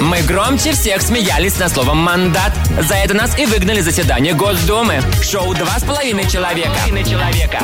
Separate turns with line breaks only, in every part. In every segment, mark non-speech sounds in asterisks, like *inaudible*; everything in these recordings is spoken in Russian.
Мы громче всех смеялись на словом «мандат». За это нас и выгнали из заседания Госдумы. Шоу «Два с половиной человека». человека.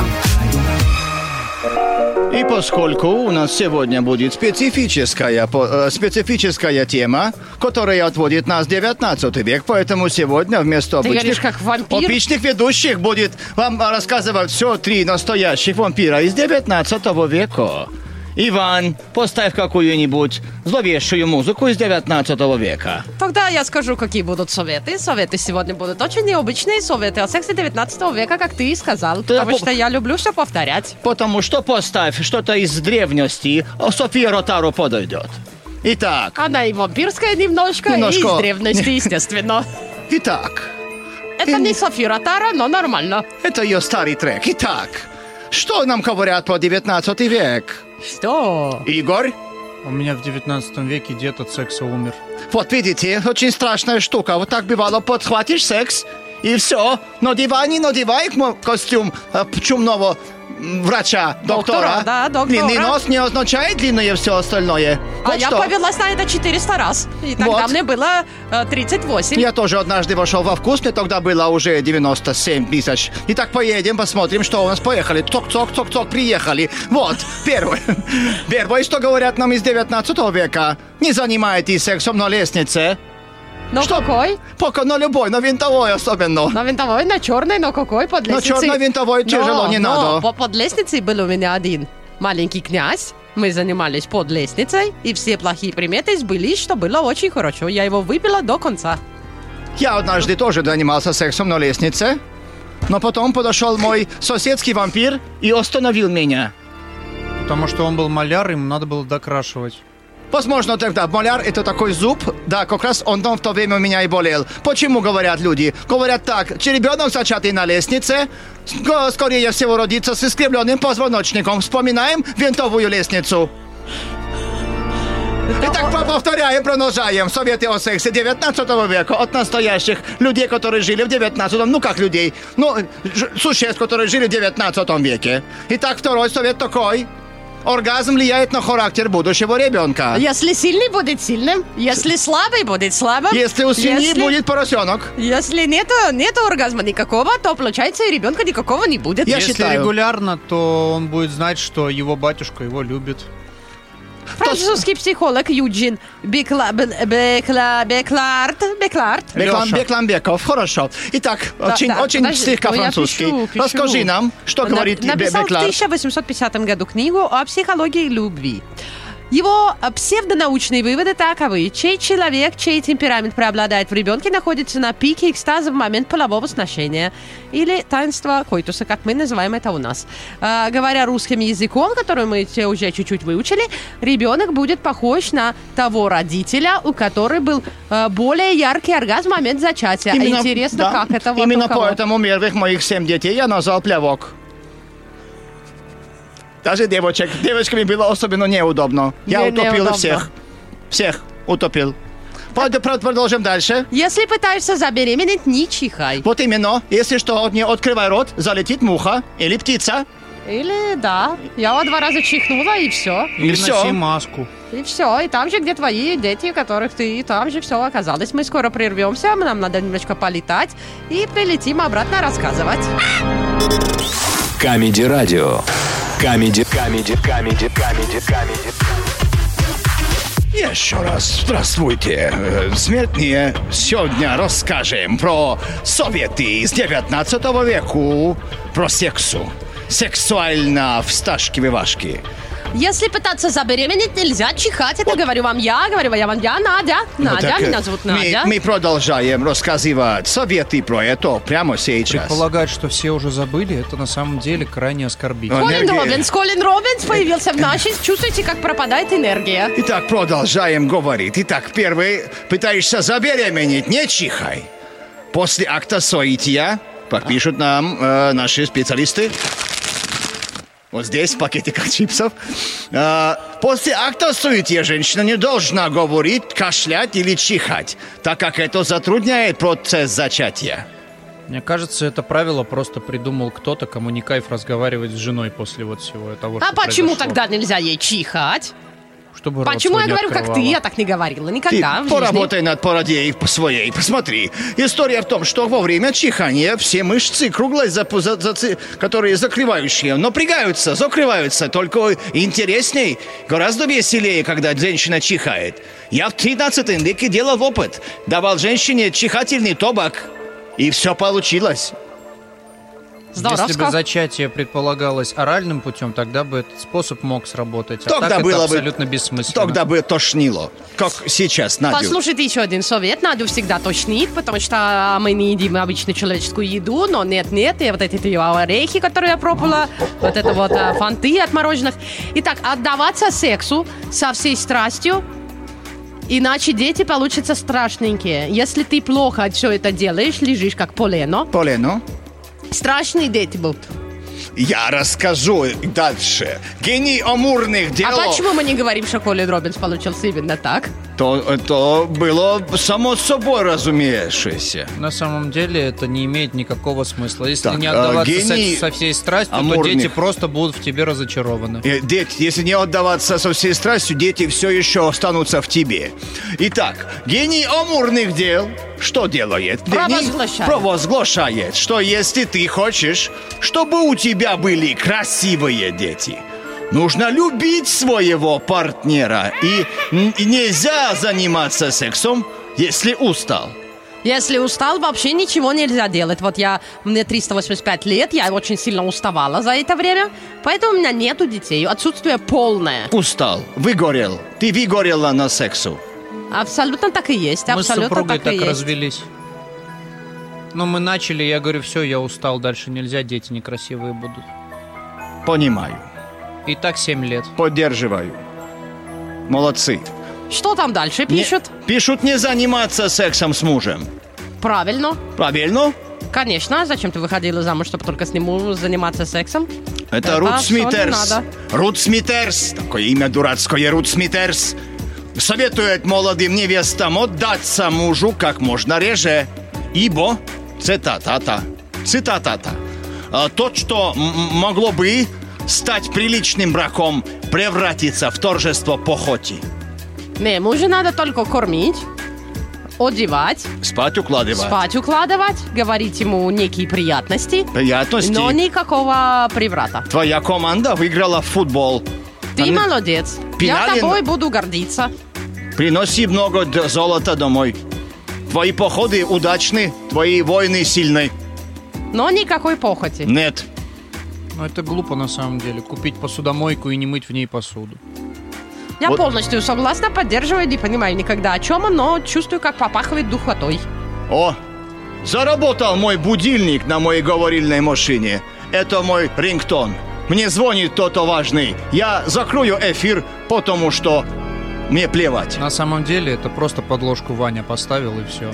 И поскольку у нас сегодня будет специфическая, по- э, специфическая тема, которая отводит нас в 19 век, поэтому сегодня вместо
Ты
обычных,
говоришь, как вампир?
обычных ведущих будет вам рассказывать все три настоящих вампира из 19 века. Иван, поставь какую-нибудь зловещую музыку из 19 века.
Тогда я скажу, какие будут советы. Советы сегодня будут очень необычные советы о сексе 19 века, как ты и сказал.
Да,
потому
по-
что я люблю все повторять.
Потому что поставь что-то из древности, а София Ротару подойдет. Итак,
Она и вампирская немножко, и
Немножко.
из древности,
*laughs*
естественно.
итак.
Это не Софи Ротара, но нормально.
Это ее старый трек. Итак, что нам говорят про 19 век?
Что?
Игорь?
У меня в 19 веке дед от секса умер.
Вот видите, очень страшная штука. Вот так бывало, подхватишь секс, и все. Надевай, не надевай мо- костюм э, п- чумного м, врача, доктора.
Доктора, да, доктора.
Длинный нос не означает длинное все остальное.
А
Вот
я
что.
повелась на это 400 раз. И тогда
Вот.
мне было э, 38.
Я тоже однажды вошел во вкус, мне тогда было уже 97 тысяч. Итак, поедем, посмотрим, что у нас. Поехали. Ток-ток, ток-ток, приехали. Вот, *laughs* первое. Первое, что говорят нам из 19 века. Не занимайтесь сексом на лестнице.
но
что?
какой?
Пока на любой, на винтовой особенно.
На винтовой, на черной, но какой под
На
лестницей?
черной винтовой тяжело,
Но-
не
но
надо.
по- под лестницей был у меня один маленький князь. Мы занимались под лестницей, и все плохие приметы сбылись, что было очень хорошо. Я его выпила до конца.
Я однажды тоже занимался сексом на лестнице. Но потом подошел мой соседский вампир и остановил меня.
Потому что он был маляр, ему надо было докрашивать.
Возможно, тогда маляр это такой зуб. Да, как раз он там в то время у меня и болел. Почему говорят люди? Говорят так, черебенок зачатый на лестнице, ск- скорее всего родится с искривленным позвоночником. Вспоминаем винтовую лестницу. Итак, по- повторяем, продолжаем. Советы о сексе 19 века от настоящих людей, которые жили в 19 ну как людей, ну, ж- существ, которые жили в 19 веке. Итак, второй совет такой. Оргазм влияет на характер будущего ребенка.
Если сильный будет сильным, если слабый будет слабым.
Если у свиньи
если-
будет поросенок.
Если нет, нет оргазма никакого, то, получается, и ребенка никакого не будет.
Я
Если
считаю.
регулярно, то он будет знать, что его батюшка его любит.
Французский психолог Юджин Бекла- Бе- Бекла- Бекларт, Бекларт
Беклам,
Лёша.
Бекламбеков, хорошо. Итак,
Да,
очень,
да,
очень
подожди,
слегка
ну я
французский.
пишу, пишу.
Расскажи нам, что
Нап-
говорит Бе-
Написал в
Беклар.
1850 году книгу о психологии любви. Его э, псевдонаучные выводы таковы. Чей человек, чей темперамент преобладает в ребенке, находится на пике экстаза в момент полового сношения или таинства койтуса, как мы называем это у нас. Э, говоря русским языком, который мы те уже чуть-чуть выучили, ребенок будет похож на того родителя, у которого был э, более яркий оргазм в момент зачатия.
Именно-
А Интересно,
да.
как это вот
Именно
у кого.
поэтому первых моих семь детей я назвал плевок. Даже девочек. Девочками было особенно неудобно. Я
Не-
утопил
неудобно.
их всех. Всех утопил. Пойдем, про- Продолжим дальше.
Если пытаешься забеременеть, не чихай.
Вот именно, если что, не открывай рот, залетит муха или птица.
Или да. Я вот два раза чихнула, и все.
И, носи
всё.
маску.
И все. И там же, где твои дети, которых ты, и там же все оказалось. Мы скоро прервемся, нам надо немножко полетать. И прилетим обратно рассказывать.
Камеди Радио. Камеди, камеди, камеди, камеди, камеди.
Еще раз здравствуйте, Э, смертные. Сегодня расскажем про советы из 19 веку, про сексу. Сексуально всташки-вывашки.
Если пытаться забеременеть, нельзя чихать. Это говорю вам я, говорю я вам я, Надя.
Ну,
Надя,
так, э,
меня зовут
мы-
Надя.
Мы, продолжаем рассказывать советы про это прямо сейчас.
Предполагать, что все уже забыли, это на самом деле крайне оскорбительно.
Он-
Колин
энергия.
Робинс, Колин Робинс появился в нашей. Чувствуете, как пропадает энергия.
Итак, продолжаем говорить. Итак, первый, пытаешься забеременеть, не чихай. После акта соития, как пишут нам э, наши специалисты, вот здесь в пакетиках чипсов, э, после акта соития женщина не должна говорить, кашлять или чихать, так как это затрудняет процесс зачатия.
Мне кажется, это правило просто придумал кто-то, кому не кайф разговаривать с женой после вот всего того,
А
что
почему
произошло.
тогда нельзя ей чихать?
чтобы рот
Почему
свой
я
не
говорю, как ты?
открывала.
Я так не говорила
Ты
никогда в жизни.
поработай над пародией своей, посмотри. История в том, что во время чихания все мышцы круглой, запу- за- зацы- которые закрывающие, напрягаются, закрываются. Только интересней, гораздо веселее, когда женщина чихает. Я в 13 веке делал опыт. Давал женщине чихательный тобак. И все получилось.
Здоровско.
Если бы зачатие предполагалось оральным путем, тогда бы этот способ мог сработать. А
Тогда
так это
было бы-
абсолютно бессмысленно.
Тогда бы тошнило. Как сейчас, Надю.
Послушайте еще один совет. Надю всегда тошнит, потому что а, мы не едим обычную человеческую еду, но нет-нет, и вот эти ее орехи, которые я пробовала, вот это вот а, фанты от мороженых. Итак, отдаваться сексу со всей страстью, иначе дети получатся страшненькие. Если ты плохо все это делаешь, лежишь как полено,
Поле, ну?
страшные дети будут.
Я расскажу дальше. Гений амурных дел.
А почему мы не говорим, что Коля Робинс получился именно так?
То это было само собой разумеющееся.
На самом деле это не имеет никакого смысла. Если
Так,
не
а,
отдаваться
гений
сексу со всей страстью, то
амурных.
дети просто будут в тебе разочарованы.
Э, Дети, если не отдаваться со всей страстью, дети все еще останутся в тебе. Итак, гений амурных дел что делает? Гений
Провозглашает.
Провозглашает, что если ты хочешь, чтобы у тебя были красивые дети, нужно любить своего партнера и н- и нельзя заниматься сексом, если устал.
Если устал, вообще ничего нельзя делать. Вот я, мне 385 лет, я очень сильно уставала за это время, поэтому у меня нету детей. Отсутствие полное.
Устал, выгорел, ты выгорела на сексу.
Абсолютно так и есть.
мы с
Абсолютно
супругой
так
так,
и есть.
развелись. Но мы начали, я говорю, все, я устал, дальше нельзя, дети некрасивые будут.
Понимаю.
И так 7 лет.
Поддерживаю. Молодцы.
Что там дальше
Не-
пишут?
пишут не заниматься сексом с мужем.
Правильно.
Правильно?
Конечно, зачем ты выходила замуж, чтобы только с ним заниматься сексом?
Это
Да,
Рут
что не
Смитерс.
надо.
Рут Смитерс. Такое имя дурацкое. Рут Смитерс. Советует молодым невестам отдаться мужу как можно реже. Ибо, цитата-та, цитата-та, «А то, что м- м- могло бы стать приличным браком, превратится в торжество похоти.
Не, мужа надо только кормить, одевать,
Спать укладывать.
спать укладывать, говорить ему некие приятности,
Приятности.
но никакого преврата.
Твоя команда выиграла в футбол.
Ты
Они-
молодец. Я
Пеналин-
тобой буду гордиться.
Приноси много д- золота домой. Твои походы удачны, твои войны сильны.
Но никакой похоти.
Нет.
Но это глупо на самом деле. Купить посудомойку и не мыть в ней посуду.
Я
Вот.
полностью согласна, поддерживаю, не понимаю никогда о чем, но чувствую, как попахивает духотой.
О, заработал мой будильник на моей говорильной машине. Это мой рингтон. Мне звонит кто-то важный. Я закрою эфир, потому что мне плевать.
На самом деле это просто подложку Ваня поставил и все.